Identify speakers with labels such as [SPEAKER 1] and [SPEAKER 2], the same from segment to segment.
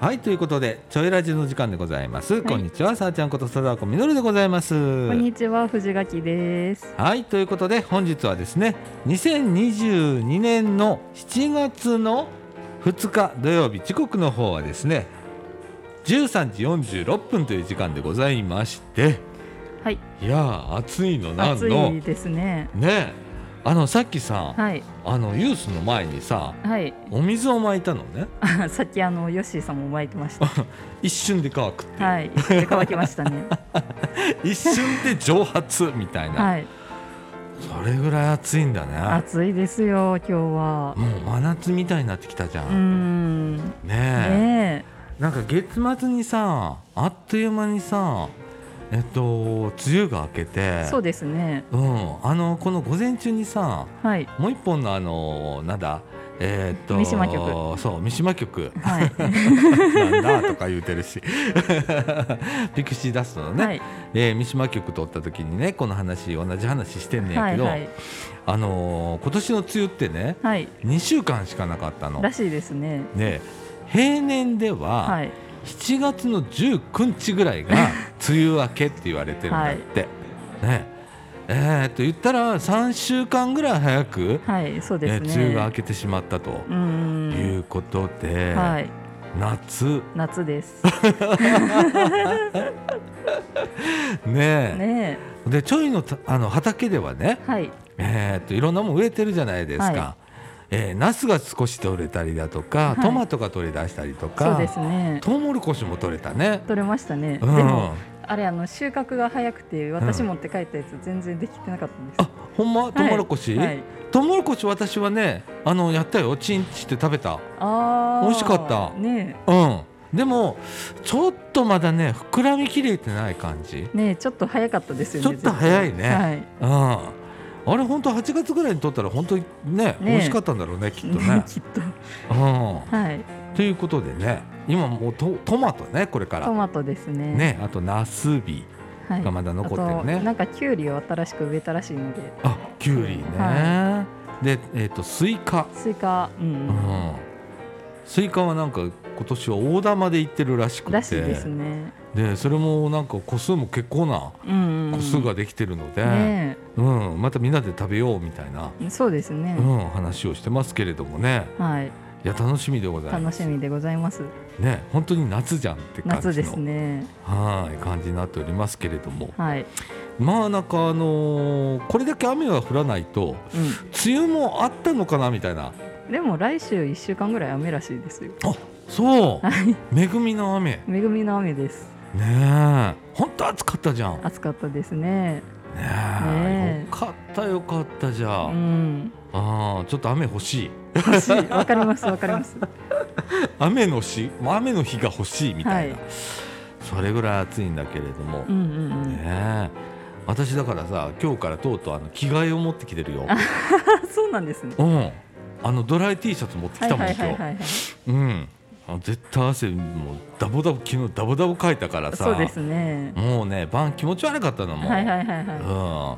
[SPEAKER 1] はいということでちょいラジの時間でございます、こんにちはさあちゃんことさだこみのるでございます
[SPEAKER 2] こんにちは藤垣です。
[SPEAKER 1] はいということで本日はですね2022年の7月の2日土曜日時刻の方はですね13時46分という時間でございまして
[SPEAKER 2] はい
[SPEAKER 1] いやー暑いのなん
[SPEAKER 2] 暑
[SPEAKER 1] の
[SPEAKER 2] いですね。
[SPEAKER 1] ねあのさっきさ、
[SPEAKER 2] はい
[SPEAKER 1] あのユースの前にさ
[SPEAKER 2] はい。
[SPEAKER 1] お水をまいたのね
[SPEAKER 2] あ さっきあのヨッシーさんも巻いて ました。
[SPEAKER 1] 一瞬で乾くっていう、
[SPEAKER 2] はい。一緒で乾きまし たね。
[SPEAKER 1] 一瞬で蒸発みたいな、
[SPEAKER 2] はい。
[SPEAKER 1] それぐらい暑いんだね
[SPEAKER 2] 暑いですよ今日は。
[SPEAKER 1] もう真夏みたいになってきたじゃ
[SPEAKER 2] うー
[SPEAKER 1] ん、
[SPEAKER 2] ん。ね
[SPEAKER 1] ねえ
[SPEAKER 2] え。
[SPEAKER 1] なんか月末にさあっという間にさえっと梅雨が明けて
[SPEAKER 2] そうですね。
[SPEAKER 1] うん、あのこの午前中にさ
[SPEAKER 2] はい
[SPEAKER 1] もう一本のあのなんだえっと
[SPEAKER 2] 三島局
[SPEAKER 1] そう三島 局
[SPEAKER 2] はい
[SPEAKER 1] なんだとか言うてるし ピクシーダストのね、
[SPEAKER 2] はい
[SPEAKER 1] えー三島局とった時にねこの話同じ話してんねんや
[SPEAKER 2] は
[SPEAKER 1] け
[SPEAKER 2] い
[SPEAKER 1] ど、
[SPEAKER 2] はい
[SPEAKER 1] あのー今年の梅雨ってね
[SPEAKER 2] はい。
[SPEAKER 1] 2週間しかなかったの
[SPEAKER 2] ら。しいですね。
[SPEAKER 1] で平年では、
[SPEAKER 2] はい
[SPEAKER 1] 7月の19日ぐらい が梅雨明けって言われてるんだって、ねえーっと言ったら3週間ぐらい早く、
[SPEAKER 2] はいそう
[SPEAKER 1] え
[SPEAKER 2] です
[SPEAKER 1] ー
[SPEAKER 2] ね。
[SPEAKER 1] 梅雨が明けてしまったと
[SPEAKER 2] うーん。
[SPEAKER 1] いうことで、
[SPEAKER 2] はい
[SPEAKER 1] 夏
[SPEAKER 2] 夏です。
[SPEAKER 1] ね
[SPEAKER 2] ね
[SPEAKER 1] えでちょいのたあの畑ではね
[SPEAKER 2] え。はい
[SPEAKER 1] えーっといろんなもん植えてるじゃないですか。
[SPEAKER 2] は
[SPEAKER 1] えーナスが少し取れたりだとか、
[SPEAKER 2] はい
[SPEAKER 1] トマトが取れ出したりと
[SPEAKER 2] そう
[SPEAKER 1] か、
[SPEAKER 2] ですね。
[SPEAKER 1] トウモロコシも取れたね。
[SPEAKER 2] 取れましたね。
[SPEAKER 1] う
[SPEAKER 2] で
[SPEAKER 1] ん、
[SPEAKER 2] も
[SPEAKER 1] あ
[SPEAKER 2] あれあの収穫が早くて私持って帰ったやつ全然できてなかったんで
[SPEAKER 1] ほんまトウモロコシ、
[SPEAKER 2] す。はい。
[SPEAKER 1] トウモロコシ私はねあのやったよチンチって食べた
[SPEAKER 2] あー
[SPEAKER 1] 美味しかった
[SPEAKER 2] ね
[SPEAKER 1] うんでもちょっとまだね膨らみきれてない感じ
[SPEAKER 2] えねえちょっと早かったですよね。
[SPEAKER 1] ちょっと早いね
[SPEAKER 2] 絶対はい。
[SPEAKER 1] うんあれ本当8月ぐらいにとったら本当にね
[SPEAKER 2] ね
[SPEAKER 1] 美味しかったんだろうねきっとね
[SPEAKER 2] きっと
[SPEAKER 1] うん
[SPEAKER 2] はい。
[SPEAKER 1] ということでね今もうトトマトねこれか
[SPEAKER 2] ト
[SPEAKER 1] ら
[SPEAKER 2] マトですね。
[SPEAKER 1] ねあとナスビ
[SPEAKER 2] はい。
[SPEAKER 1] がまだ残って
[SPEAKER 2] あ
[SPEAKER 1] る
[SPEAKER 2] と
[SPEAKER 1] ね
[SPEAKER 2] なんかキュウリを新しく植えたらしいので、
[SPEAKER 1] あきゅうりね、
[SPEAKER 2] は
[SPEAKER 1] でえっ、とスイカ
[SPEAKER 2] スイカ、う、
[SPEAKER 1] うんんスイカはなんか今年は大玉でいってるらしくて
[SPEAKER 2] らしいですね。
[SPEAKER 1] でそれもなんか個数も結構な
[SPEAKER 2] うん、うん。
[SPEAKER 1] 個数ができてるので、
[SPEAKER 2] ね
[SPEAKER 1] うん、またみんなで食べようみたいな、
[SPEAKER 2] え、そうですね
[SPEAKER 1] う。ん、話をしてますけれどもね
[SPEAKER 2] はい、
[SPEAKER 1] いや楽しみでございま
[SPEAKER 2] 楽
[SPEAKER 1] す
[SPEAKER 2] しみでございます。
[SPEAKER 1] ね本当に夏じゃんって感じの
[SPEAKER 2] 夏ですね。
[SPEAKER 1] はい感じになっておりますけれども
[SPEAKER 2] はい。
[SPEAKER 1] まあなんかあのーこれだけ雨が降らないと梅雨もあったのかなみたいな
[SPEAKER 2] うん。でも来週一週間ぐらい雨らしいですよ。
[SPEAKER 1] そう
[SPEAKER 2] はい。
[SPEAKER 1] 恵みの雨ね
[SPEAKER 2] 恵みの雨です。
[SPEAKER 1] え本当暑かったじゃんね
[SPEAKER 2] 暑かったですね。
[SPEAKER 1] え
[SPEAKER 2] ねえ
[SPEAKER 1] よかったよかったじゃ
[SPEAKER 2] う
[SPEAKER 1] あ,、
[SPEAKER 2] ん。
[SPEAKER 1] あーちょっと雨欲しい
[SPEAKER 2] 欲しい。わかります。わかります。
[SPEAKER 1] 雨の日雨の日が欲しいみたいな、
[SPEAKER 2] は
[SPEAKER 1] それぐらい暑いんだけれども、
[SPEAKER 2] うんうんうん。
[SPEAKER 1] ねえ私だからさ今日からとうとうあの着替えを持ってきてるよ、
[SPEAKER 2] そうなんですね。
[SPEAKER 1] うん、あのドライ T シャツ持ってき
[SPEAKER 2] はい
[SPEAKER 1] たもん
[SPEAKER 2] は
[SPEAKER 1] 今
[SPEAKER 2] い
[SPEAKER 1] 日、
[SPEAKER 2] はいはいはい。
[SPEAKER 1] うん、あの絶対汗もうダボダボ昨日ダボダボかいたからさ
[SPEAKER 2] そうですね。
[SPEAKER 1] もうね晩気持ち悪かったのもう、
[SPEAKER 2] はいはいはいは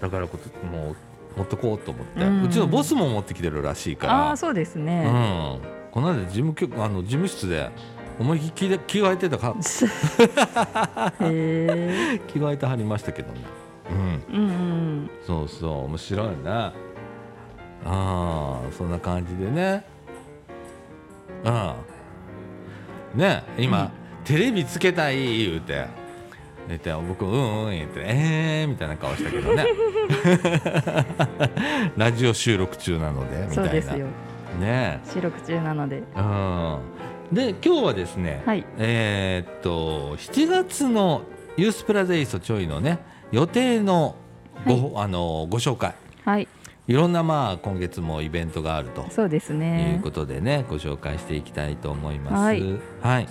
[SPEAKER 1] うん、だからこもう持ってこうと思って、う
[SPEAKER 2] うん
[SPEAKER 1] ちのボスも持ってきてるらしい
[SPEAKER 2] い。
[SPEAKER 1] から
[SPEAKER 2] ああー、そうですね。
[SPEAKER 1] うん、この間事務局あの事務室で思いっきり着替えてたか
[SPEAKER 2] へえ。
[SPEAKER 1] 着替えてはりましたけどね、うん、
[SPEAKER 2] うんうん。
[SPEAKER 1] そうそう面白いねああそんな感じでねうんね今、
[SPEAKER 2] うん
[SPEAKER 1] テレビつけたい言うて言って僕うんうん言ってええー、みたいな顔したけ どねラジオ収録中なのでみたいな
[SPEAKER 2] そうですよ。
[SPEAKER 1] ね
[SPEAKER 2] 収録中なので。
[SPEAKER 1] うんで今日はですね、
[SPEAKER 2] はい
[SPEAKER 1] えーっと7月のユースプラゼイストちょいのね予定のご,、あのご紹介
[SPEAKER 2] はい。
[SPEAKER 1] いろんなまあ今月もイベントがあると
[SPEAKER 2] そうです
[SPEAKER 1] い
[SPEAKER 2] ね
[SPEAKER 1] う。ことでね、ご紹介していきたいと思います。は
[SPEAKER 2] はいい、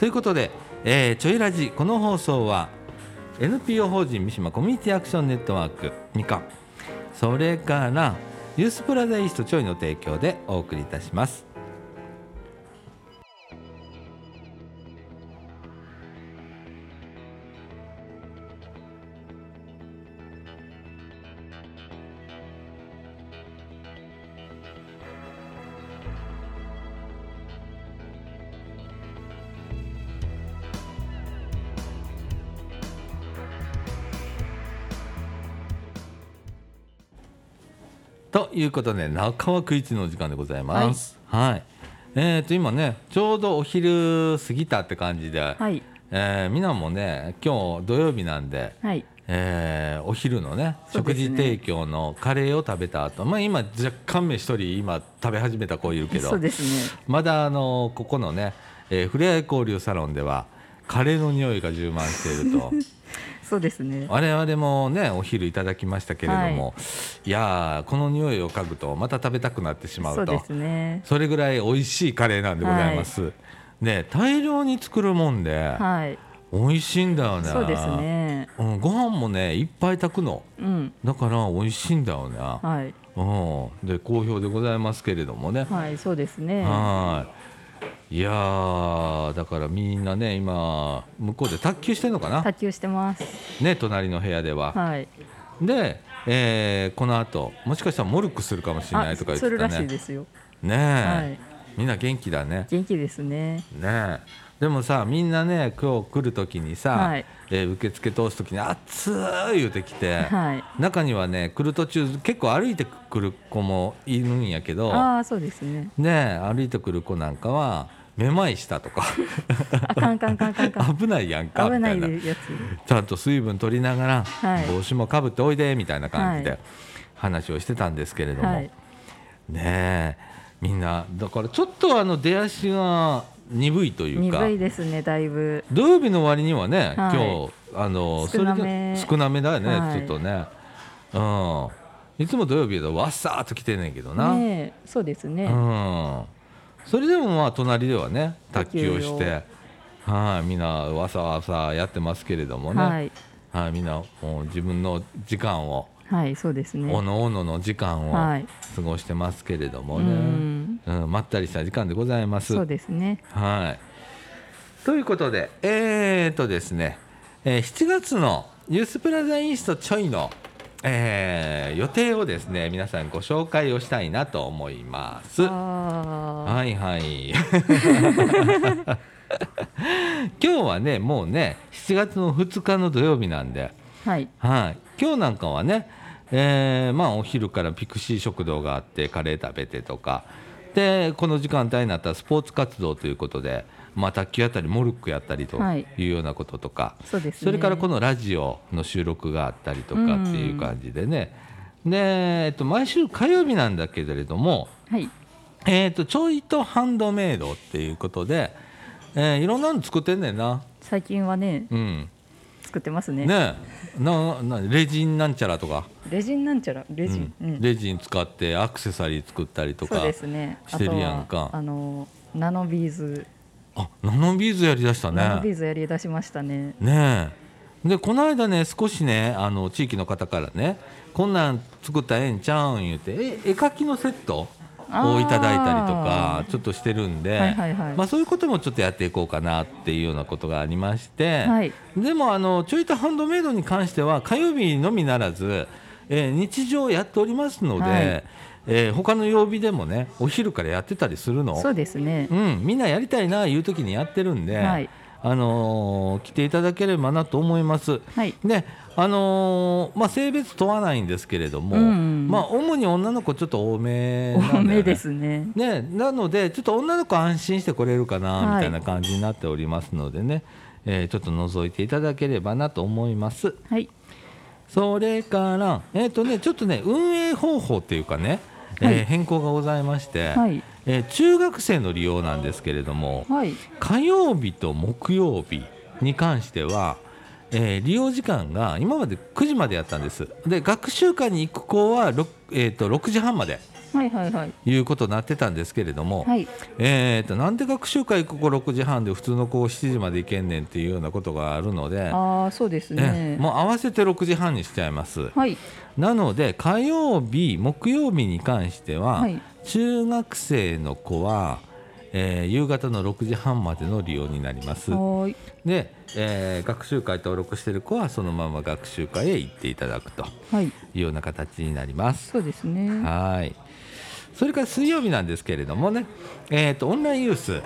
[SPEAKER 1] ということで、えーちょいラジこの放送は NPO 法人三島コミュニティアクションネットワークみかんそれからユースプラザイーストちょいの提供でお送りいたします。ということで中はクイズの時間でございます。はい、えっ、と今ねちょうどお昼過ぎたって感じで、
[SPEAKER 2] はい
[SPEAKER 1] えーみんなもね今日土曜日なんで、
[SPEAKER 2] はい
[SPEAKER 1] えーお昼のね
[SPEAKER 2] そう
[SPEAKER 1] 食
[SPEAKER 2] ですね
[SPEAKER 1] 事提供のカレーを食べた後、まあ今若干目一人今食べ始めた子いるけど
[SPEAKER 2] そうですね
[SPEAKER 1] まだあのここのね、えー、ふれあい交流サロンではカレーの匂いが充満してい ると
[SPEAKER 2] そうですね
[SPEAKER 1] 我々もねお昼いただきましたけれども、い、やーこの匂いを嗅ぐとまた食べたくなってしまう
[SPEAKER 2] そ
[SPEAKER 1] と
[SPEAKER 2] うですね
[SPEAKER 1] それぐらい美味しいカレーなんでございます。ね大量に作るもんで、
[SPEAKER 2] はい
[SPEAKER 1] 美味しいんだよね。
[SPEAKER 2] そうですね
[SPEAKER 1] うん、ご飯もねいっぱい炊くの
[SPEAKER 2] うん
[SPEAKER 1] だから美味しいんだよね、
[SPEAKER 2] はい
[SPEAKER 1] うん、で好評でございますけれどもね、
[SPEAKER 2] はいそうですね
[SPEAKER 1] はいいやーだからみんなね今向こうで卓球してんのかな
[SPEAKER 2] 卓球してます
[SPEAKER 1] ね隣の部屋では、
[SPEAKER 2] はい
[SPEAKER 1] で、えーこの後もしかしたらモルックするかもしれないとか言って
[SPEAKER 2] する
[SPEAKER 1] た
[SPEAKER 2] らしい
[SPEAKER 1] ね
[SPEAKER 2] ですよ
[SPEAKER 1] ね
[SPEAKER 2] は
[SPEAKER 1] え、
[SPEAKER 2] い
[SPEAKER 1] みんな元気だね
[SPEAKER 2] 元気ですね
[SPEAKER 1] ねえでもさみんなね今日来る時にさ、
[SPEAKER 2] はい
[SPEAKER 1] えー受付通す時に「熱い!」言うてきて、
[SPEAKER 2] はい
[SPEAKER 1] 中にはね来る途中結構歩いてくる子もいるんやけど
[SPEAKER 2] ああそうですね
[SPEAKER 1] ねえ歩いてくる子なんかはめまいしたとか
[SPEAKER 2] あカンカンカンカンカ ン
[SPEAKER 1] 危ないやんか
[SPEAKER 2] 危
[SPEAKER 1] みた
[SPEAKER 2] ないい
[SPEAKER 1] な
[SPEAKER 2] やつ
[SPEAKER 1] ちゃんと水分取りながら、
[SPEAKER 2] はい
[SPEAKER 1] 帽子もかぶっておいでみたいな感じ
[SPEAKER 2] は
[SPEAKER 1] で
[SPEAKER 2] い
[SPEAKER 1] 話をしてたんですけれども、
[SPEAKER 2] はい
[SPEAKER 1] ねえみんなだからちょっとあの出足が鈍いというか
[SPEAKER 2] 鈍いですねだいぶ
[SPEAKER 1] 土曜日の割にはね、
[SPEAKER 2] は
[SPEAKER 1] 今
[SPEAKER 2] い
[SPEAKER 1] 日あの
[SPEAKER 2] 少なめ
[SPEAKER 1] それが少なめだよね、
[SPEAKER 2] はい
[SPEAKER 1] ちょっとね、うん、いつも土曜日だとわっさーっと来てんねんけどな、
[SPEAKER 2] ねえそうですね
[SPEAKER 1] うん、それでもまあ隣ではね卓球をし
[SPEAKER 2] 卓球
[SPEAKER 1] てはいみんなわさわさやってますけれどもね、は
[SPEAKER 2] はいい
[SPEAKER 1] みんなもう自分の時間を、
[SPEAKER 2] はいそうですね
[SPEAKER 1] おのおのの時間を
[SPEAKER 2] はい
[SPEAKER 1] 過ごしてますけれども
[SPEAKER 2] う
[SPEAKER 1] ね、
[SPEAKER 2] ん
[SPEAKER 1] うんまったりした時間でございます。
[SPEAKER 2] そうですね
[SPEAKER 1] はい。ということで、えー、とですね、えー7月のニュースプラザインストちょいの、えー予定をですね、皆さんご紹介をしたいなと思います。は
[SPEAKER 2] あ
[SPEAKER 1] いはい。 今日はね、もうね、7月の2日の土曜日なんで、
[SPEAKER 2] あはい
[SPEAKER 1] はい、今日なんかはね、えーまあ、お昼からピクシー食堂があってカレー食べてとかでこの時間帯になったらスポーツ活動ということで、まあ、卓球やったりモルックやったりと
[SPEAKER 2] はい
[SPEAKER 1] いうようなこととか、
[SPEAKER 2] そうですね
[SPEAKER 1] それからこのラジオの収録があったりとかっていう感じでね、で、えっと、毎週火曜日なんだけれども、
[SPEAKER 2] はい
[SPEAKER 1] えっとちょいとハンドメイドっていうことで、えーいろんなの作ってんねんな。
[SPEAKER 2] 最近はね
[SPEAKER 1] うん
[SPEAKER 2] 作ってますね
[SPEAKER 1] ねえななレジンなんちゃらとか。
[SPEAKER 2] レジンなんちゃらレジン
[SPEAKER 1] う
[SPEAKER 2] うんん
[SPEAKER 1] レジン使ってアクセサリー作ったりと
[SPEAKER 2] そう
[SPEAKER 1] か
[SPEAKER 2] ですね
[SPEAKER 1] してるやんか
[SPEAKER 2] あとはあのナノビーズ
[SPEAKER 1] あナノビーズやりだした
[SPEAKER 2] ナノビー
[SPEAKER 1] ね
[SPEAKER 2] ズやりだしましたね
[SPEAKER 1] ねえでこの間ね少しねあの地域の方からねこんなん作ったらええんちゃうん言うてえ絵描きのセットをいただいたりとか
[SPEAKER 2] あ
[SPEAKER 1] ちょっとしてるんで、
[SPEAKER 2] はいはいはい
[SPEAKER 1] まあ、そういうこともちょっとやっていこうかなっていうようなことがありまして、
[SPEAKER 2] はい
[SPEAKER 1] でもあのちょいとハンドメイドに関しては火曜日のみならず、えー日常やっておりますので、
[SPEAKER 2] はい
[SPEAKER 1] えー他の曜日でもねお昼からやってたりするの
[SPEAKER 2] そうですね
[SPEAKER 1] うん、みんなやりたいないう時にやってるんで、
[SPEAKER 2] はい
[SPEAKER 1] あのー来ていただければなと思います。
[SPEAKER 2] はい
[SPEAKER 1] であのーまあ、性別問わないんですけれども、
[SPEAKER 2] うん
[SPEAKER 1] まあ、主に女の子ちょっと多めなんだよね
[SPEAKER 2] 多めですね
[SPEAKER 1] ね、なのでちょっと女の子安心してこれるかな
[SPEAKER 2] はい
[SPEAKER 1] みたいな感じになっておりますのでね、えーちょっと覗いていただければなと思います。
[SPEAKER 2] はい
[SPEAKER 1] それから、えーとね、ちょっとね運営方法っていうかね、えー
[SPEAKER 2] はい
[SPEAKER 1] 変更がございまして、
[SPEAKER 2] はい
[SPEAKER 1] えー中学生の利用なんですけれども
[SPEAKER 2] はい
[SPEAKER 1] 火曜日と木曜日に関しては、えー利用時間が今まで9時までやったんですで学習会に行く子は 6,、えーと6時半まで
[SPEAKER 2] はいはいはい
[SPEAKER 1] いうことになってたんですけれども、
[SPEAKER 2] はい
[SPEAKER 1] えーとなんで学習会ここ6時半で普通の子7時まで行けんねんっていうようなことがあるので、
[SPEAKER 2] ああそうです
[SPEAKER 1] え
[SPEAKER 2] ね
[SPEAKER 1] もう合わせて6時半にしちゃいます。
[SPEAKER 2] はい
[SPEAKER 1] なので火曜日木曜日に関しては、
[SPEAKER 2] はい
[SPEAKER 1] 中学生の子は、えー夕方の6時半までの利用になります
[SPEAKER 2] はーい
[SPEAKER 1] で、えー学習会登録してる子はそのまま学習会へ行っていただくと
[SPEAKER 2] はい
[SPEAKER 1] いうような形になります
[SPEAKER 2] そうですね
[SPEAKER 1] はいそれから水曜日なんですけれどもね、えーとオンラインユース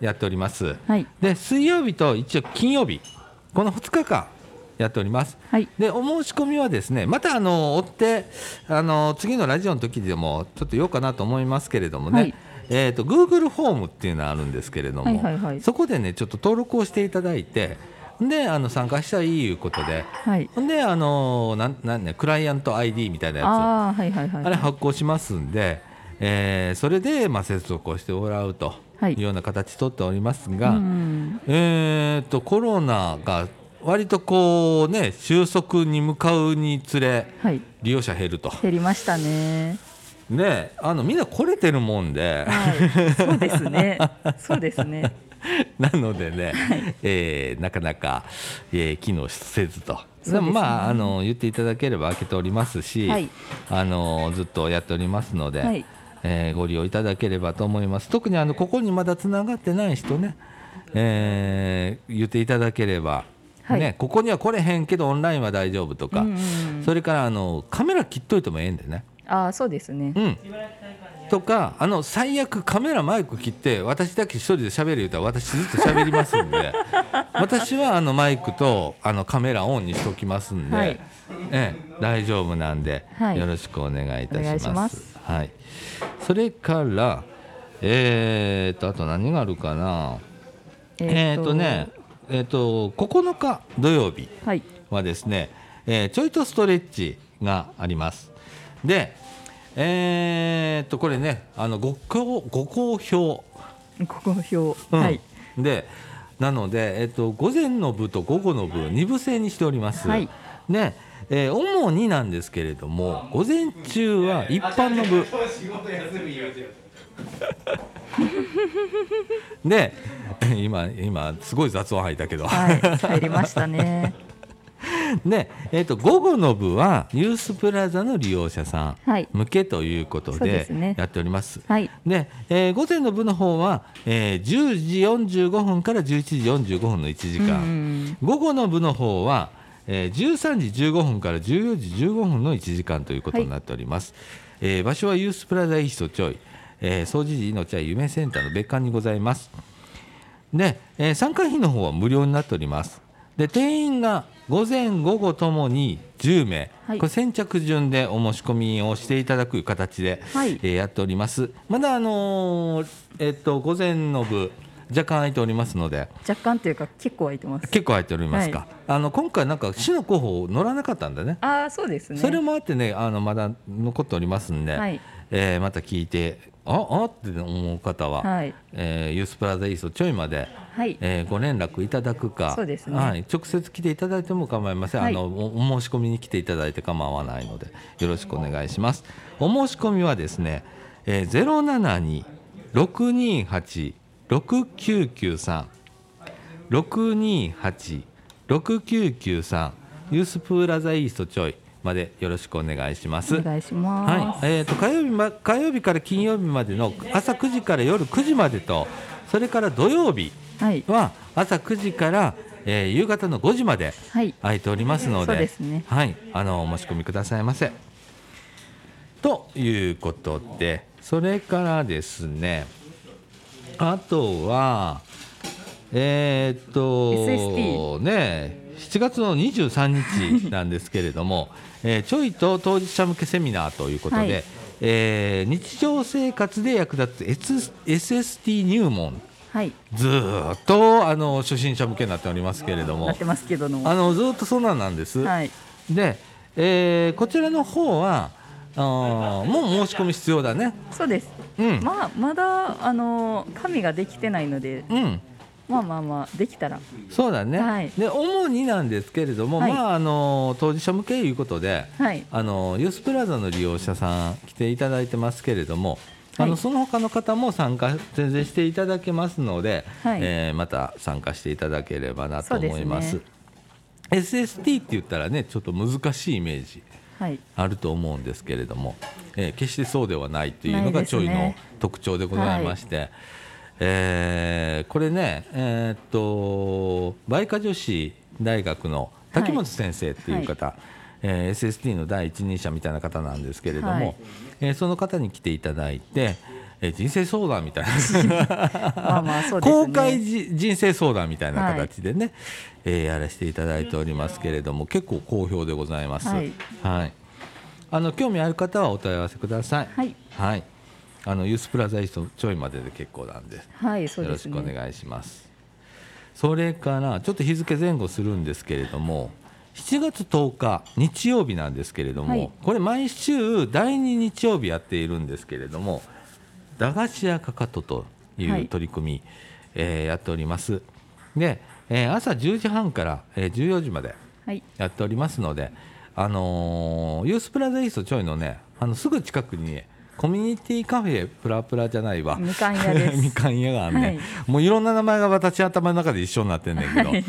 [SPEAKER 1] やっております
[SPEAKER 2] はい
[SPEAKER 1] で水曜日と一応金曜日この2日間やっております。
[SPEAKER 2] はい
[SPEAKER 1] でお申し込みはですねまたあの追ってあの次のラジオの時でもちょっと言おうかなと思いますけれどもね、
[SPEAKER 2] はい
[SPEAKER 1] えー、と Google フォームっていうのがあるんですけれども、
[SPEAKER 2] はいはいはい
[SPEAKER 1] そこでねちょっと登録をしていただいてであの参加したらいいいうことで
[SPEAKER 2] はい
[SPEAKER 1] ほんであのなんなん、ね、クライアント ID みたいなやつ
[SPEAKER 2] ああはいはいはい
[SPEAKER 1] あれ発行しますんで、えーそれで、まあ、接続をしてもらうと
[SPEAKER 2] はい
[SPEAKER 1] いうような形取っております
[SPEAKER 2] う
[SPEAKER 1] が、
[SPEAKER 2] ん
[SPEAKER 1] えー、とコロナが割とこうね収束に向かうにつれ
[SPEAKER 2] はい
[SPEAKER 1] 利用者減ると
[SPEAKER 2] 減りまし たね
[SPEAKER 1] ねあのみんな来れてるもんで
[SPEAKER 2] はいそうですねそうですね
[SPEAKER 1] なのでね、えーなかなか、えー機能せずと。
[SPEAKER 2] そうですね
[SPEAKER 1] でもまああの言っていただければ開けておりますし、
[SPEAKER 2] はい
[SPEAKER 1] あのずっとやっておりますので、
[SPEAKER 2] はい
[SPEAKER 1] えーご利用いただければと思います特にあのここにまだつながってない人ね、えー言っていただければ、
[SPEAKER 2] はい
[SPEAKER 1] ね、ここには来れへんけどオンラインは大丈夫とか、
[SPEAKER 2] うんうん
[SPEAKER 1] それからあのカメラ切っといてもええんでね、
[SPEAKER 2] ああそうですね
[SPEAKER 1] うん、とかあの最悪カメラマイク切って私だけ一人で喋る言うたら私ずっと喋りますん で私はあのマイクとあのカメラオンにしときますんで、
[SPEAKER 2] はい
[SPEAKER 1] ええ大丈夫なんで、
[SPEAKER 2] はい
[SPEAKER 1] よろしくお願いいた
[SPEAKER 2] お願い
[SPEAKER 1] し
[SPEAKER 2] し
[SPEAKER 1] ま
[SPEAKER 2] ますす。
[SPEAKER 1] はい、それからえー、とあと何があるかなえー、とねえー、と9日土曜日
[SPEAKER 2] はい
[SPEAKER 1] はですね、えーちょいとストレッチがあります。で、えーっとこれねあのご好ご好評、
[SPEAKER 2] ここ表
[SPEAKER 1] うん
[SPEAKER 2] はい
[SPEAKER 1] でなので、えーっと午前の部と午後の部二部制にしております。
[SPEAKER 2] はい
[SPEAKER 1] で、えー主になんですけれども午前中は一般の部。
[SPEAKER 3] 仕事休みよ
[SPEAKER 1] で今今すごい雑音入ったけど。
[SPEAKER 2] はい入りまし たね
[SPEAKER 1] で、えー、と午後の部はユースプラザの利用者さ
[SPEAKER 2] は
[SPEAKER 1] ん
[SPEAKER 2] い
[SPEAKER 1] 向けということ
[SPEAKER 2] そうで
[SPEAKER 1] です
[SPEAKER 2] ね
[SPEAKER 1] やっております。
[SPEAKER 2] はい
[SPEAKER 1] で、えー午前の部の方は、えー10時45分から11時45分の1時
[SPEAKER 2] う
[SPEAKER 1] 間、
[SPEAKER 2] ん
[SPEAKER 1] 午後の部の方は、えー13時15分から14時15分の1時間ということになっております、えー場所はユースプラザイーストちょい、えー、総除時命は夢センターの別館にございますで、えー参加費の方は無料になっておりますで定員が午前午後ともに10名、
[SPEAKER 2] はい
[SPEAKER 1] これ先着順でお申し込みをしていただく形で、
[SPEAKER 2] はい
[SPEAKER 1] えーやっておりますまだあのーえっと午前の部若干空いておりますので
[SPEAKER 2] 若干というか結構空いてます
[SPEAKER 1] 結構空いておりますか、
[SPEAKER 2] は
[SPEAKER 1] あの今回なんか市の候補乗らなかったんだね
[SPEAKER 2] ああそうですね
[SPEAKER 1] それもあってねあのまだ残っておりますんで、
[SPEAKER 2] はい
[SPEAKER 1] えーまた聞いてああって思う方は、
[SPEAKER 2] はい
[SPEAKER 1] えーユースプラザイーストちょいまで、
[SPEAKER 2] はい
[SPEAKER 1] えーご連絡いただくか
[SPEAKER 2] そうですね
[SPEAKER 1] はい、直接来ていただいても構いません、
[SPEAKER 2] はい
[SPEAKER 1] あのおお申し込みに来ていただいて構わないのでよろしくお願いしますお申し込みはですね、えー、072-628-6993 628-6993ユースプラザイーストちょいまでよろしくお願いします。
[SPEAKER 2] お願いしま
[SPEAKER 1] は
[SPEAKER 2] す
[SPEAKER 1] い、えっ、と火曜日ま火曜日から金曜日までの朝9時から夜9時までと、それから土曜日
[SPEAKER 2] はい
[SPEAKER 1] は朝9時から、えー夕方の5時まで
[SPEAKER 2] はい
[SPEAKER 1] 空いておりますので、
[SPEAKER 2] そうですね
[SPEAKER 1] はい、あのお申し込みくださいませ。ということで、それからですね、あとはえーっと
[SPEAKER 2] SST
[SPEAKER 1] ね7月の23日なんですけれども、 えーちょいと当事者向けセミナーということで、
[SPEAKER 2] はい
[SPEAKER 1] えー日常生活で役立つ S- SST 入門
[SPEAKER 2] はい
[SPEAKER 1] ずーっとあの初心者向けになっておりますけれど
[SPEAKER 2] な
[SPEAKER 1] も
[SPEAKER 2] ってますけど
[SPEAKER 1] あ
[SPEAKER 2] も
[SPEAKER 1] のずーっとそんなんなんです。
[SPEAKER 2] はい
[SPEAKER 1] で、えーこちらの方はあーもう申し込み必要だね。
[SPEAKER 2] そうです
[SPEAKER 1] うん、
[SPEAKER 2] まあまだあの紙ができてないので
[SPEAKER 1] うん
[SPEAKER 2] まあまあまあできたら
[SPEAKER 1] そうだね、
[SPEAKER 2] はい
[SPEAKER 1] で主になんですけれども、
[SPEAKER 2] はい
[SPEAKER 1] まあ、あの当事者向けということで、
[SPEAKER 2] はい
[SPEAKER 1] あのユースプラザの利用者さん来ていただいてますけれども、
[SPEAKER 2] はい
[SPEAKER 1] あのその他の方も参加全然していただけますので、
[SPEAKER 2] はい
[SPEAKER 1] えーまた参加していただければなと思います
[SPEAKER 2] そう
[SPEAKER 1] SST って言ったらねちょっと難しいイメージ
[SPEAKER 2] はい
[SPEAKER 1] あると思うんですけれども、えー決してそうではないというの
[SPEAKER 2] な
[SPEAKER 1] が
[SPEAKER 2] いです
[SPEAKER 1] ちょ
[SPEAKER 2] ね
[SPEAKER 1] いの特徴でございまして、えーこれね、えーっと梅花女子大学の滝本先生っていう方、えー SST の第一人者みたいな方なんですけれども、
[SPEAKER 2] はい
[SPEAKER 1] えーその方に来ていただいて、えー人生相談みたいな、
[SPEAKER 2] まあまあそうですね。
[SPEAKER 1] 公開じ人生相談みたいな形でね、えーやらせていただいておりますけれども結構好評でございます。は
[SPEAKER 2] はいい、
[SPEAKER 1] あの興味ある方はお問い合わせください。
[SPEAKER 2] はい
[SPEAKER 1] はい、あのユースプラザイストちょいまでで結構なんです。
[SPEAKER 2] はいそう
[SPEAKER 1] よろ
[SPEAKER 2] です
[SPEAKER 1] し
[SPEAKER 2] ね。
[SPEAKER 1] くお願いします。それからちょっと日付前後するんですけれども7月10日日曜日なんですけれども、
[SPEAKER 2] はい
[SPEAKER 1] これ毎週第2日曜日やっているんですけれども駄菓子屋かかととい
[SPEAKER 2] は
[SPEAKER 1] う
[SPEAKER 2] い
[SPEAKER 1] 取り組み、えーやっております。で、えー朝10時半から、えー14時まで
[SPEAKER 2] はい
[SPEAKER 1] やっておりますので、あのーユースプラザイーストちょいのねあのすぐ近くにコミュニティカフェプラプラじゃないわ
[SPEAKER 2] みかん屋で す
[SPEAKER 1] みかん屋があんね、
[SPEAKER 2] はい
[SPEAKER 1] もういろんな名前が私頭の中で一緒になってんねんけど、
[SPEAKER 2] はい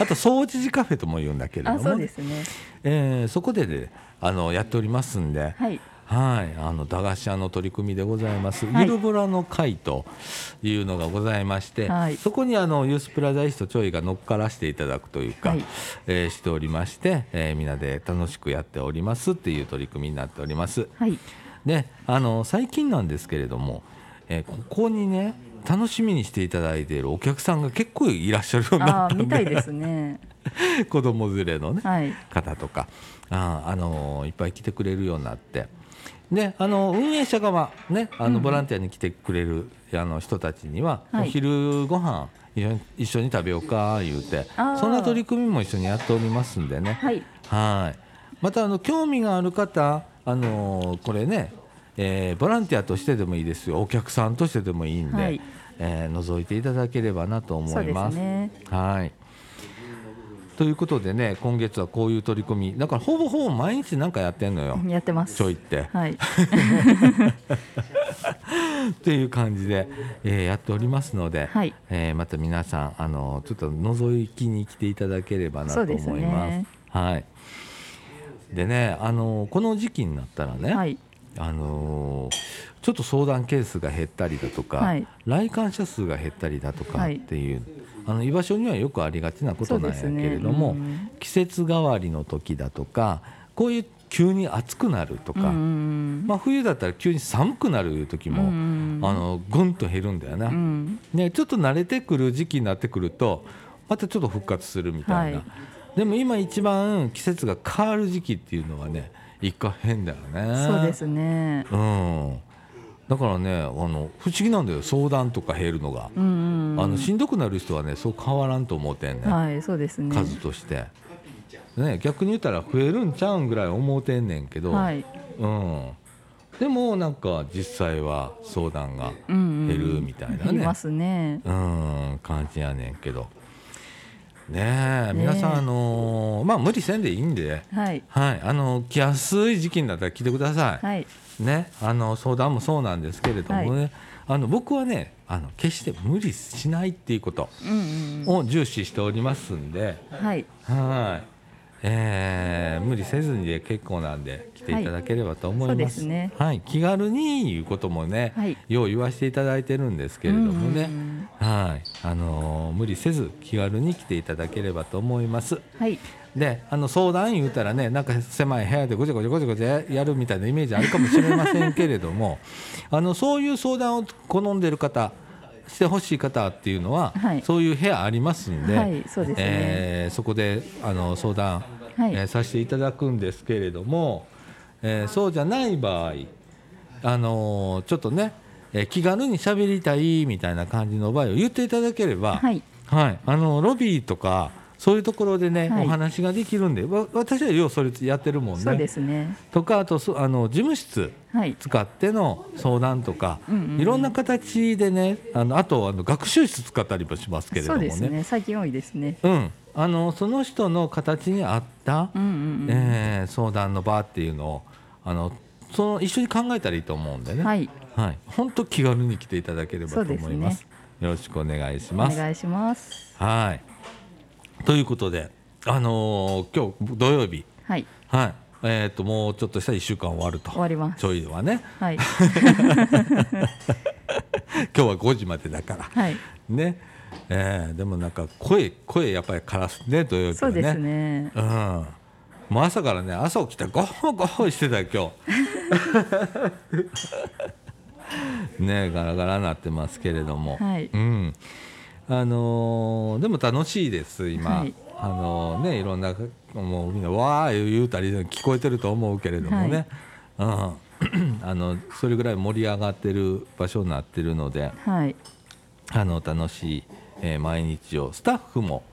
[SPEAKER 1] あと総知事カフェとも言うんだけれども
[SPEAKER 2] あ
[SPEAKER 1] ね、
[SPEAKER 2] そうですね。
[SPEAKER 1] えーそこで、ね、あのやっておりますんで。
[SPEAKER 2] はい
[SPEAKER 1] はい、あの駄菓子屋の取り組みでございます、
[SPEAKER 2] はい
[SPEAKER 1] ゆるぼらの会というのがございまして、
[SPEAKER 2] はい
[SPEAKER 1] そこにあのユースプラザイストちょいが乗っからしていただくというか、
[SPEAKER 2] はい
[SPEAKER 1] えーしておりまして、えーみんなで楽しくやっておりますっていう取り組みになっております。
[SPEAKER 2] はい
[SPEAKER 1] であの最近なんですけれども、えーここにね楽しみにしていただいているお客さんが結構いらっしゃるようにな
[SPEAKER 2] あ
[SPEAKER 1] っ
[SPEAKER 2] あ
[SPEAKER 1] たん
[SPEAKER 2] みたい
[SPEAKER 1] で
[SPEAKER 2] ですね。
[SPEAKER 1] 子供連れのね、
[SPEAKER 2] はい
[SPEAKER 1] 方とかあー、あのーいっぱい来てくれるようになってで、あのー運営者側、ね、あ
[SPEAKER 2] うん
[SPEAKER 1] の
[SPEAKER 2] うん
[SPEAKER 1] ボランティアに来てくれる、あの人たちには、
[SPEAKER 2] はい
[SPEAKER 1] お昼ご飯一緒に一緒に食べようか言うて
[SPEAKER 2] あー
[SPEAKER 1] そんな取り組みも一緒にやっておりますんでね。
[SPEAKER 2] はい
[SPEAKER 1] はいまたあの興味がある方、あのーこれね、えーボランティアとしてでもいいですよお客さんとしてでもいいんで、
[SPEAKER 2] はい
[SPEAKER 1] えー覗いていただければなと思
[SPEAKER 2] そう
[SPEAKER 1] い
[SPEAKER 2] で
[SPEAKER 1] ます
[SPEAKER 2] す。ね。
[SPEAKER 1] はい。ということでね、今月はこういう取り組み、だからほぼほぼ毎日なんかやってんのよ。
[SPEAKER 2] やってます。
[SPEAKER 1] ちょいって、
[SPEAKER 2] はい
[SPEAKER 1] っていう感じで、えーやっておりますので、
[SPEAKER 2] はい
[SPEAKER 1] えーまた皆さんあのちょっと覗きに来ていただければなと
[SPEAKER 2] そう
[SPEAKER 1] 思い
[SPEAKER 2] で
[SPEAKER 1] ます
[SPEAKER 2] すね
[SPEAKER 1] はい。でね、あのこの時期になったらね、
[SPEAKER 2] はい
[SPEAKER 1] あのーちょっと相談ケースが減ったりだとか、
[SPEAKER 2] はい
[SPEAKER 1] 来館者数が減ったりだとかっ
[SPEAKER 2] はい
[SPEAKER 1] ていう、あの居場所にはよくありがちなことなんやけれども、
[SPEAKER 2] そうですねうん
[SPEAKER 1] 季節変わりの時だとかこういう急に暑くなると
[SPEAKER 2] うん
[SPEAKER 1] か、
[SPEAKER 2] うん
[SPEAKER 1] まあ、冬だったら急に寒くなるいう時
[SPEAKER 2] うん。
[SPEAKER 1] も、
[SPEAKER 2] うんうん
[SPEAKER 1] あのぐんと減るんだよな、
[SPEAKER 2] うん
[SPEAKER 1] ね、ちょっと慣れてくる時期になってくるとまたちょっと復活するみたいな、
[SPEAKER 2] はい
[SPEAKER 1] でも今一番季節が変わる時期っていうのはね一回変だよね。
[SPEAKER 2] そうですね。
[SPEAKER 1] うん、だからねあの不思議なんだよ相談とか減るのが、
[SPEAKER 2] うんうんうん。
[SPEAKER 1] あのしんどくなる人はねそう変わらんと思ってんね、
[SPEAKER 2] はいそうですね。
[SPEAKER 1] 数として、ね、逆に言ったら増えるんちゃうんぐらい思うてんねんけど、
[SPEAKER 2] はい。
[SPEAKER 1] うん、でもなんか実際は相談が
[SPEAKER 2] うんうん。
[SPEAKER 1] 減るみたいなね
[SPEAKER 2] 減りますね。
[SPEAKER 1] うん感じやねんけどねえ
[SPEAKER 2] ねえ
[SPEAKER 1] 皆さん、あのーまあ無理せんでいいんで、
[SPEAKER 2] はい
[SPEAKER 1] はい、あの来やすい時期になったら来てください。
[SPEAKER 2] はい
[SPEAKER 1] ね、あの相談もそうなんですけれどもね、あの僕はねあの決して無理しないっていうこと
[SPEAKER 2] うんうんうん。
[SPEAKER 1] を重視しておりますんで、
[SPEAKER 2] はい
[SPEAKER 1] はいえー無理せずにで結構なんで来ていただければと思います。
[SPEAKER 2] はいそうですね
[SPEAKER 1] はい、気軽にいうこともね、
[SPEAKER 2] はい
[SPEAKER 1] よう言わせていただいてるんですけれどもね、
[SPEAKER 2] うんうんうん
[SPEAKER 1] はいあのー無理せず気軽に来ていただければと思います。
[SPEAKER 2] はい
[SPEAKER 1] であの相談言うたらねなんか狭い部屋でごちゃごちゃごちゃごちゃやるみたいなイメージあるかもしれませんけれども あのそういう相談を好んでる方してほしい方っていうのは、
[SPEAKER 2] はい
[SPEAKER 1] そういう部屋ありますんで,、
[SPEAKER 2] はいそうですね
[SPEAKER 1] えーそこであの相談、
[SPEAKER 2] はい
[SPEAKER 1] えーさせていただくんですけれども、えーそうじゃない場合、あのーちょっとね、えー気軽に喋りたいみたいな感じの場合を言っていただければ、
[SPEAKER 2] はい
[SPEAKER 1] はい、あのロビーとかそういうところでね、
[SPEAKER 2] はい
[SPEAKER 1] お話ができるんでわ私はようそれやってるもんね。
[SPEAKER 2] そうですね。
[SPEAKER 1] とかあとそあの事務室
[SPEAKER 2] はい
[SPEAKER 1] 使っての相談とか、
[SPEAKER 2] うんうんうん
[SPEAKER 1] いろんな形でねあのあとあの学習室使ったりもしますけれど
[SPEAKER 2] そ
[SPEAKER 1] も
[SPEAKER 2] う
[SPEAKER 1] ね
[SPEAKER 2] ですね。最近多いですね。
[SPEAKER 1] うん、あのその人の形に合った、
[SPEAKER 2] うんうんうん。
[SPEAKER 1] えー相談の場っていうのをあのその一緒に考えたらいいと思うんでね、
[SPEAKER 2] はいい
[SPEAKER 1] はい、本当気軽に来ていただければと
[SPEAKER 2] そうですね
[SPEAKER 1] 思います。よろしくお願いし
[SPEAKER 2] お
[SPEAKER 1] ます。
[SPEAKER 2] 願いします。
[SPEAKER 1] はい。ということで、あのー今日土曜日、
[SPEAKER 2] はい
[SPEAKER 1] はい、えっ、ともうちょっとしたら一週間終わると。
[SPEAKER 2] 終わります。
[SPEAKER 1] ちょいはね、
[SPEAKER 2] はい
[SPEAKER 1] 今日は5時までだから、
[SPEAKER 2] はい
[SPEAKER 1] ね、えーでもなんか声声やっぱり枯らすね土曜日
[SPEAKER 2] そ
[SPEAKER 1] は
[SPEAKER 2] う
[SPEAKER 1] ね。
[SPEAKER 2] ですね。
[SPEAKER 1] うん。もう朝からね朝起きたらゴホゴホしてたよ今日 ねえガラガラなってますけれども、
[SPEAKER 2] はい
[SPEAKER 1] うんあのーでも楽しいです今、
[SPEAKER 2] はい
[SPEAKER 1] あのーねいろんなもうみんなわー言うたり聞こえてると思うけれどもね、うん、あのそれぐらい盛り上がってる場所になってるので
[SPEAKER 2] はい
[SPEAKER 1] あの楽しい、えー毎日をスタッフも、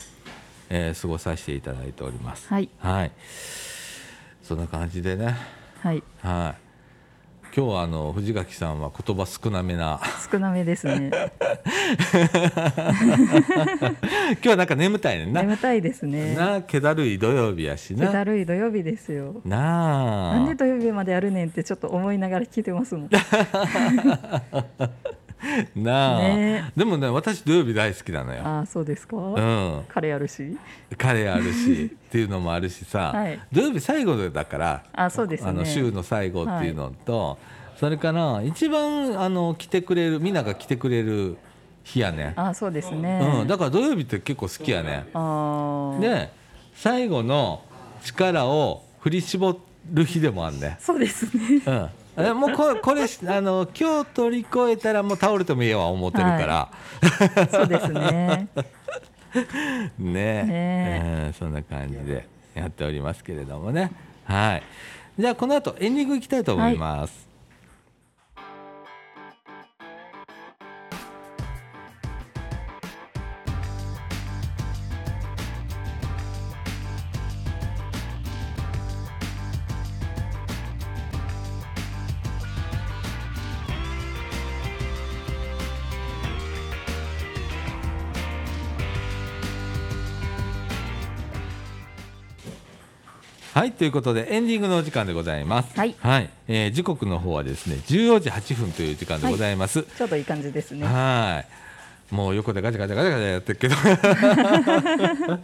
[SPEAKER 1] えー過ごさせていただいております。
[SPEAKER 2] はい
[SPEAKER 1] はい。そんな感じでね。
[SPEAKER 2] はい
[SPEAKER 1] はい。今日はあの藤垣さんは言葉少なめな。
[SPEAKER 2] 少なめですね
[SPEAKER 1] 今日はなんか眠たいねん な。
[SPEAKER 2] 眠たいですね
[SPEAKER 1] な、気だるい土曜日やし
[SPEAKER 2] 気だ
[SPEAKER 1] な。
[SPEAKER 2] るい土曜日ですよ
[SPEAKER 1] なあ。
[SPEAKER 2] なんで土曜日までやるねんってちょっと思いながら聞いてます もん
[SPEAKER 1] なあ、
[SPEAKER 2] ね
[SPEAKER 1] でもね、私土曜日大好きなのよ。
[SPEAKER 2] ああそうですか、
[SPEAKER 1] うん。
[SPEAKER 2] 彼あるし
[SPEAKER 1] 彼ある しっていうのもあるしさ、
[SPEAKER 2] はい
[SPEAKER 1] 土曜日最後だから
[SPEAKER 2] あそうですね
[SPEAKER 1] あの週の最後っていうのと、それから一番あの来てくれるみんなが来てくれる日やね、
[SPEAKER 2] ああそうですね、
[SPEAKER 1] うん、だから土曜日って結構好きやね、
[SPEAKER 2] ああ
[SPEAKER 1] で最後の力を振り絞る日でもあんね、
[SPEAKER 2] そうです ね
[SPEAKER 1] うん、えもうここれあの今日取り越えたらもう倒れてもいいわ思ってるから、
[SPEAKER 2] そうですね
[SPEAKER 1] ね
[SPEAKER 2] ね
[SPEAKER 1] えうんそんな感じでやっておりますけれどもねはいじゃあこの後エンディングいきたいと思います、はい、ということでエンディングのお時間でございます
[SPEAKER 2] はい
[SPEAKER 1] えー時刻の方はですね14時8分という時間でございます、は
[SPEAKER 2] ちょうどいい感じです
[SPEAKER 1] い
[SPEAKER 2] ね
[SPEAKER 1] もう横でガチャガチャガチャガチャやってるけど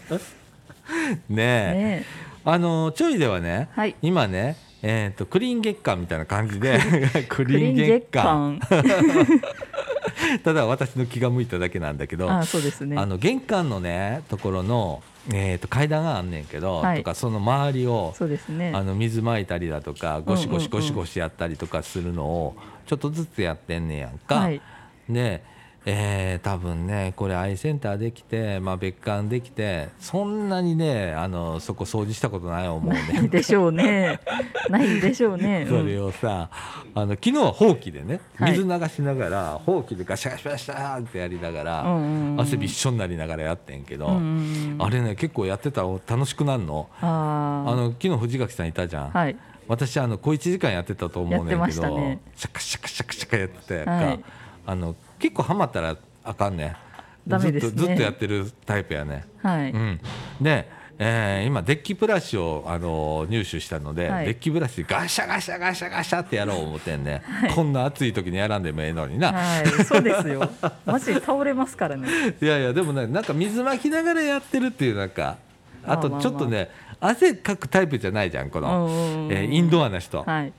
[SPEAKER 1] ねえ
[SPEAKER 2] ね
[SPEAKER 1] あのちょいではね、
[SPEAKER 2] はい
[SPEAKER 1] 今ねえー、とクリーン月間みたいな感じで ク
[SPEAKER 2] グ
[SPEAKER 1] リーン
[SPEAKER 2] リーン
[SPEAKER 1] 月
[SPEAKER 2] 月
[SPEAKER 1] 間
[SPEAKER 2] 間
[SPEAKER 1] ただ私の気が向いただけなんだけど
[SPEAKER 2] ああそうですね
[SPEAKER 1] あの玄関のねところの、えー、と階段があんねんけど、
[SPEAKER 2] はい
[SPEAKER 1] とかその周りを、
[SPEAKER 2] そうですね
[SPEAKER 1] あの水まいたりだとかゴシゴシゴシゴシやったりとかするのをちょっとずつやってんねやんか。
[SPEAKER 2] はい
[SPEAKER 1] で、えー多分ねこれアイセンターできて、まあ、別館できてそんなにねあのそこ掃除したことない思う
[SPEAKER 2] ない
[SPEAKER 1] ね。
[SPEAKER 2] でしょ うねないでしょうね、
[SPEAKER 1] そ
[SPEAKER 2] うん
[SPEAKER 1] れをさあの昨日はほうきでね
[SPEAKER 2] はい
[SPEAKER 1] 水流しながら、ほうきでガシャガシャガシャってやりながら、
[SPEAKER 2] うんうんうん
[SPEAKER 1] 汗びっしょになりながらやってんけど、
[SPEAKER 2] うんうん
[SPEAKER 1] あれね結構やってたら楽しくなるの。
[SPEAKER 2] あ
[SPEAKER 1] あ
[SPEAKER 2] あ
[SPEAKER 1] の昨日藤垣さんいたじゃん、
[SPEAKER 2] はい
[SPEAKER 1] 私あの小一時間やってたと思うね
[SPEAKER 2] や
[SPEAKER 1] ん
[SPEAKER 2] っ
[SPEAKER 1] け
[SPEAKER 2] てまし
[SPEAKER 1] ど、
[SPEAKER 2] たね
[SPEAKER 1] シャカシャカシャカシャカやってたやんか、
[SPEAKER 2] はい
[SPEAKER 1] あの結構ハマったらあかんね
[SPEAKER 2] ダメですね
[SPEAKER 1] ずっとずっとやってるタイプやね、
[SPEAKER 2] はい、
[SPEAKER 1] うん、で、えー今デッキブラシを、あのー入手したので、
[SPEAKER 2] はい
[SPEAKER 1] デッキブラシでガシャガシャガシャガシャってやろう思ってんね、こんな暑い時にやらんでもええのにな、
[SPEAKER 2] はい、そうですよ。マジ倒れますからね。
[SPEAKER 1] いやいやでもねなんか水まきながらやってるっていうなんかあと
[SPEAKER 2] まあまあまあ
[SPEAKER 1] ちょっとね汗かくタイプじゃないじゃんこの、
[SPEAKER 2] うんうんうん
[SPEAKER 1] えーインドアな人が、
[SPEAKER 2] はい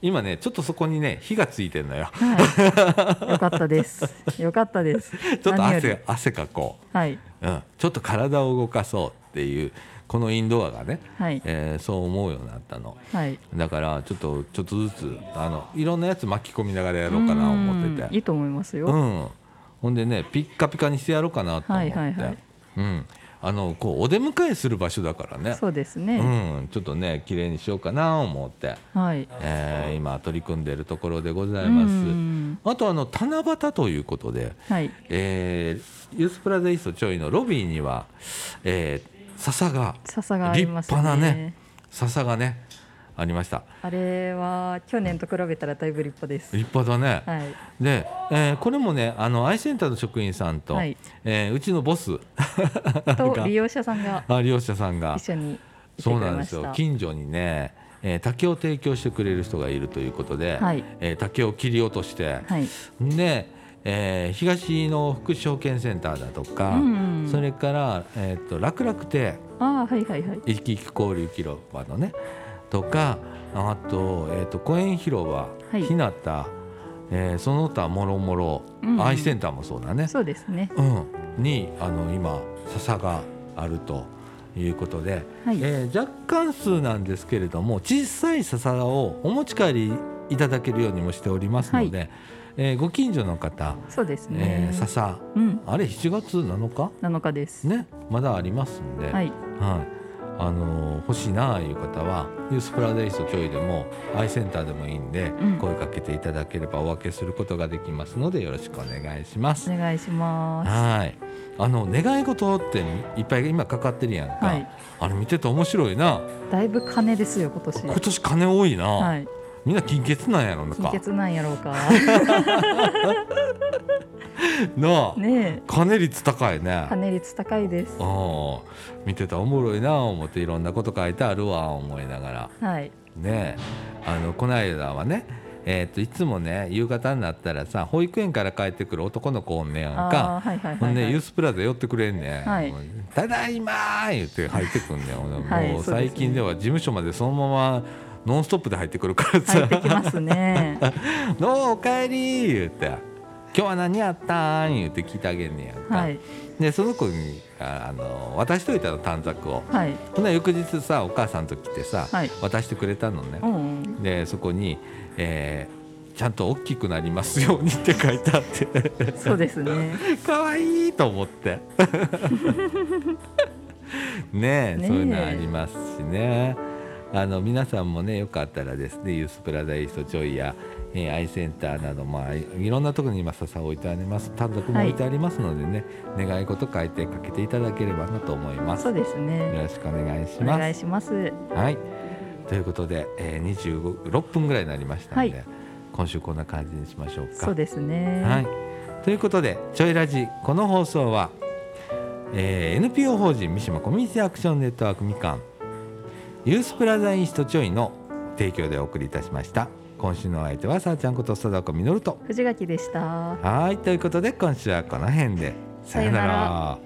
[SPEAKER 1] 今ねちょっとそこにね火がついてるの よ
[SPEAKER 2] はい。よかったです。よかったです。
[SPEAKER 1] ちょっと
[SPEAKER 2] 何より
[SPEAKER 1] 汗汗かこ
[SPEAKER 2] はい。
[SPEAKER 1] う、うん、ちょっと体を動かそうっていうこのインドアがね、
[SPEAKER 2] はい。
[SPEAKER 1] えーそう思うようになったの
[SPEAKER 2] はい。
[SPEAKER 1] だからちょっとちょっとずつあのいろんなやつ巻き込みながらやろうかな思ってて
[SPEAKER 2] うんいいと思いますよ。
[SPEAKER 1] うん、ほんでねピッカピカにしてやろうかなと思って、
[SPEAKER 2] はいはいはい
[SPEAKER 1] うん、あのこうお出迎えする場所だからね
[SPEAKER 2] そうですね。
[SPEAKER 1] ん、ちょっとね綺麗にしようかなと思って、
[SPEAKER 2] はい。
[SPEAKER 1] えー今取り組んでいるところでございます。
[SPEAKER 2] うん
[SPEAKER 1] あとあの七夕ということで、
[SPEAKER 2] はい。
[SPEAKER 1] えーユースプラザイーストちょいのロビーには、えー笹が
[SPEAKER 2] 笹がありますね。
[SPEAKER 1] 立派なね笹がねありました
[SPEAKER 2] あれは去年と比べたらだいぶ立派です。
[SPEAKER 1] 立派だね、
[SPEAKER 2] はい。
[SPEAKER 1] で、えーこれもねあのアイセンターの職員さんと、
[SPEAKER 2] はい
[SPEAKER 1] えーうちのボス
[SPEAKER 2] と利用者さんが
[SPEAKER 1] あ利用者さんが
[SPEAKER 2] 一緒に来て
[SPEAKER 1] そう
[SPEAKER 2] くれ
[SPEAKER 1] なん
[SPEAKER 2] ま
[SPEAKER 1] で
[SPEAKER 2] し
[SPEAKER 1] すよ
[SPEAKER 2] た。
[SPEAKER 1] 近所にね、えー竹を提供してくれる人がいるということで、
[SPEAKER 2] はい
[SPEAKER 1] えー竹を切り落として、
[SPEAKER 2] はい。
[SPEAKER 1] で、えー東の福祉証券センターだとか、
[SPEAKER 2] うんうん
[SPEAKER 1] それから、えー、と楽々亭
[SPEAKER 2] ああはいはいはい。
[SPEAKER 1] 生き生き交流広場のねとかあと,、えー、と公園広場、
[SPEAKER 2] はい
[SPEAKER 1] 日向、えーその他もろもろ
[SPEAKER 2] うんうん
[SPEAKER 1] アイセンターもそうだね、
[SPEAKER 2] そうですね。
[SPEAKER 1] うん、にあの今笹があるということで、
[SPEAKER 2] はい
[SPEAKER 1] えー若干数なんですけれども小さい笹をお持ち帰りいただけるようにもしておりますので、えーご近所の方、
[SPEAKER 2] そうです
[SPEAKER 1] え
[SPEAKER 2] ね
[SPEAKER 1] ー、。笹
[SPEAKER 2] うん、
[SPEAKER 1] あれ7月7日
[SPEAKER 2] 7日です。
[SPEAKER 1] ねまだありますんで、
[SPEAKER 2] はい、
[SPEAKER 1] はいあのー欲しいなあいう方はユースプラデイストちょいでもアイセンターでもいいんで、
[SPEAKER 2] うん
[SPEAKER 1] 声かけていただければお分けすることができますのでよろしくお願いします。
[SPEAKER 2] お願いしま
[SPEAKER 1] はい。あの願い事っていっぱい今かかってるやんか。
[SPEAKER 2] す。はい、
[SPEAKER 1] あれ見てて面白いな。
[SPEAKER 2] だいぶ金ですよ、今
[SPEAKER 1] 今
[SPEAKER 2] 年。
[SPEAKER 1] 年金多いな。
[SPEAKER 2] はい、
[SPEAKER 1] みんな金欠なんやろな
[SPEAKER 2] 金
[SPEAKER 1] か。
[SPEAKER 2] 欠なんやろう か。
[SPEAKER 1] なあ、
[SPEAKER 2] ねえ、
[SPEAKER 1] 金率高いね。あ
[SPEAKER 2] 金率高いです。
[SPEAKER 1] あ、見てたらおもろいなあ思っていろんなこと書いてあるわ思いながら
[SPEAKER 2] はい、
[SPEAKER 1] ねえあのこの間はね。えー、といつもね夕方になったらさ保育園から帰ってくる男の子おんねやん
[SPEAKER 2] あ
[SPEAKER 1] か
[SPEAKER 2] あー、はいはい
[SPEAKER 1] ほ
[SPEAKER 2] は
[SPEAKER 1] ん
[SPEAKER 2] い、
[SPEAKER 1] で
[SPEAKER 2] は
[SPEAKER 1] ユー
[SPEAKER 2] い。
[SPEAKER 1] スプラザ寄ってくれんねん、
[SPEAKER 2] はい
[SPEAKER 1] ただいまー言って入ってくんねん、ほんで
[SPEAKER 2] はい
[SPEAKER 1] もう
[SPEAKER 2] そうですね
[SPEAKER 1] 最近では事務所までそのままノンストップで入ってくるから
[SPEAKER 2] 入っ
[SPEAKER 1] さ
[SPEAKER 2] てきますね。
[SPEAKER 1] 「 どうおかえり」言って「今日は何やったん?」言って聞いてあげんねやんか、
[SPEAKER 2] はい、
[SPEAKER 1] でその子にああの渡しといたの短冊を
[SPEAKER 2] はい、
[SPEAKER 1] ほんなら翌日さお母さんと来てさ、
[SPEAKER 2] はい
[SPEAKER 1] 渡してくれたのね
[SPEAKER 2] う、んうん、
[SPEAKER 1] でそこに、えーちゃんと大きくなりますように」って書いてあって
[SPEAKER 2] そうですね。
[SPEAKER 1] 可愛いと思って ねえ
[SPEAKER 2] ねえ
[SPEAKER 1] そういうのありますしねあの皆さんもねよかったらですねユースプラダイストジョイや、えーアイセンターなど、まあ、いいろんなところに今笹を置いてあります単独も置いてありますのでね、願い事書いてかけていただければなと思います
[SPEAKER 2] そ
[SPEAKER 1] よ
[SPEAKER 2] うですね。
[SPEAKER 1] ろしくお願いし
[SPEAKER 2] お
[SPEAKER 1] ます
[SPEAKER 2] 願いします。
[SPEAKER 1] はいということで、えー、26分ぐらいになりましたので、
[SPEAKER 2] はい
[SPEAKER 1] 今週こんな感じにしましょうか
[SPEAKER 2] そうですね。
[SPEAKER 1] はい、ということで「ちょいラジ」この放送は、えー NPO 法人三島コミュニティアクションネットワークみかんユースプラザインストちょいの提供でお送りいたしました今週のお相手はさあちゃんこと貞子みのると
[SPEAKER 2] 藤垣でした。
[SPEAKER 1] はいということで今週はこの辺でさよな
[SPEAKER 2] さよな
[SPEAKER 1] ら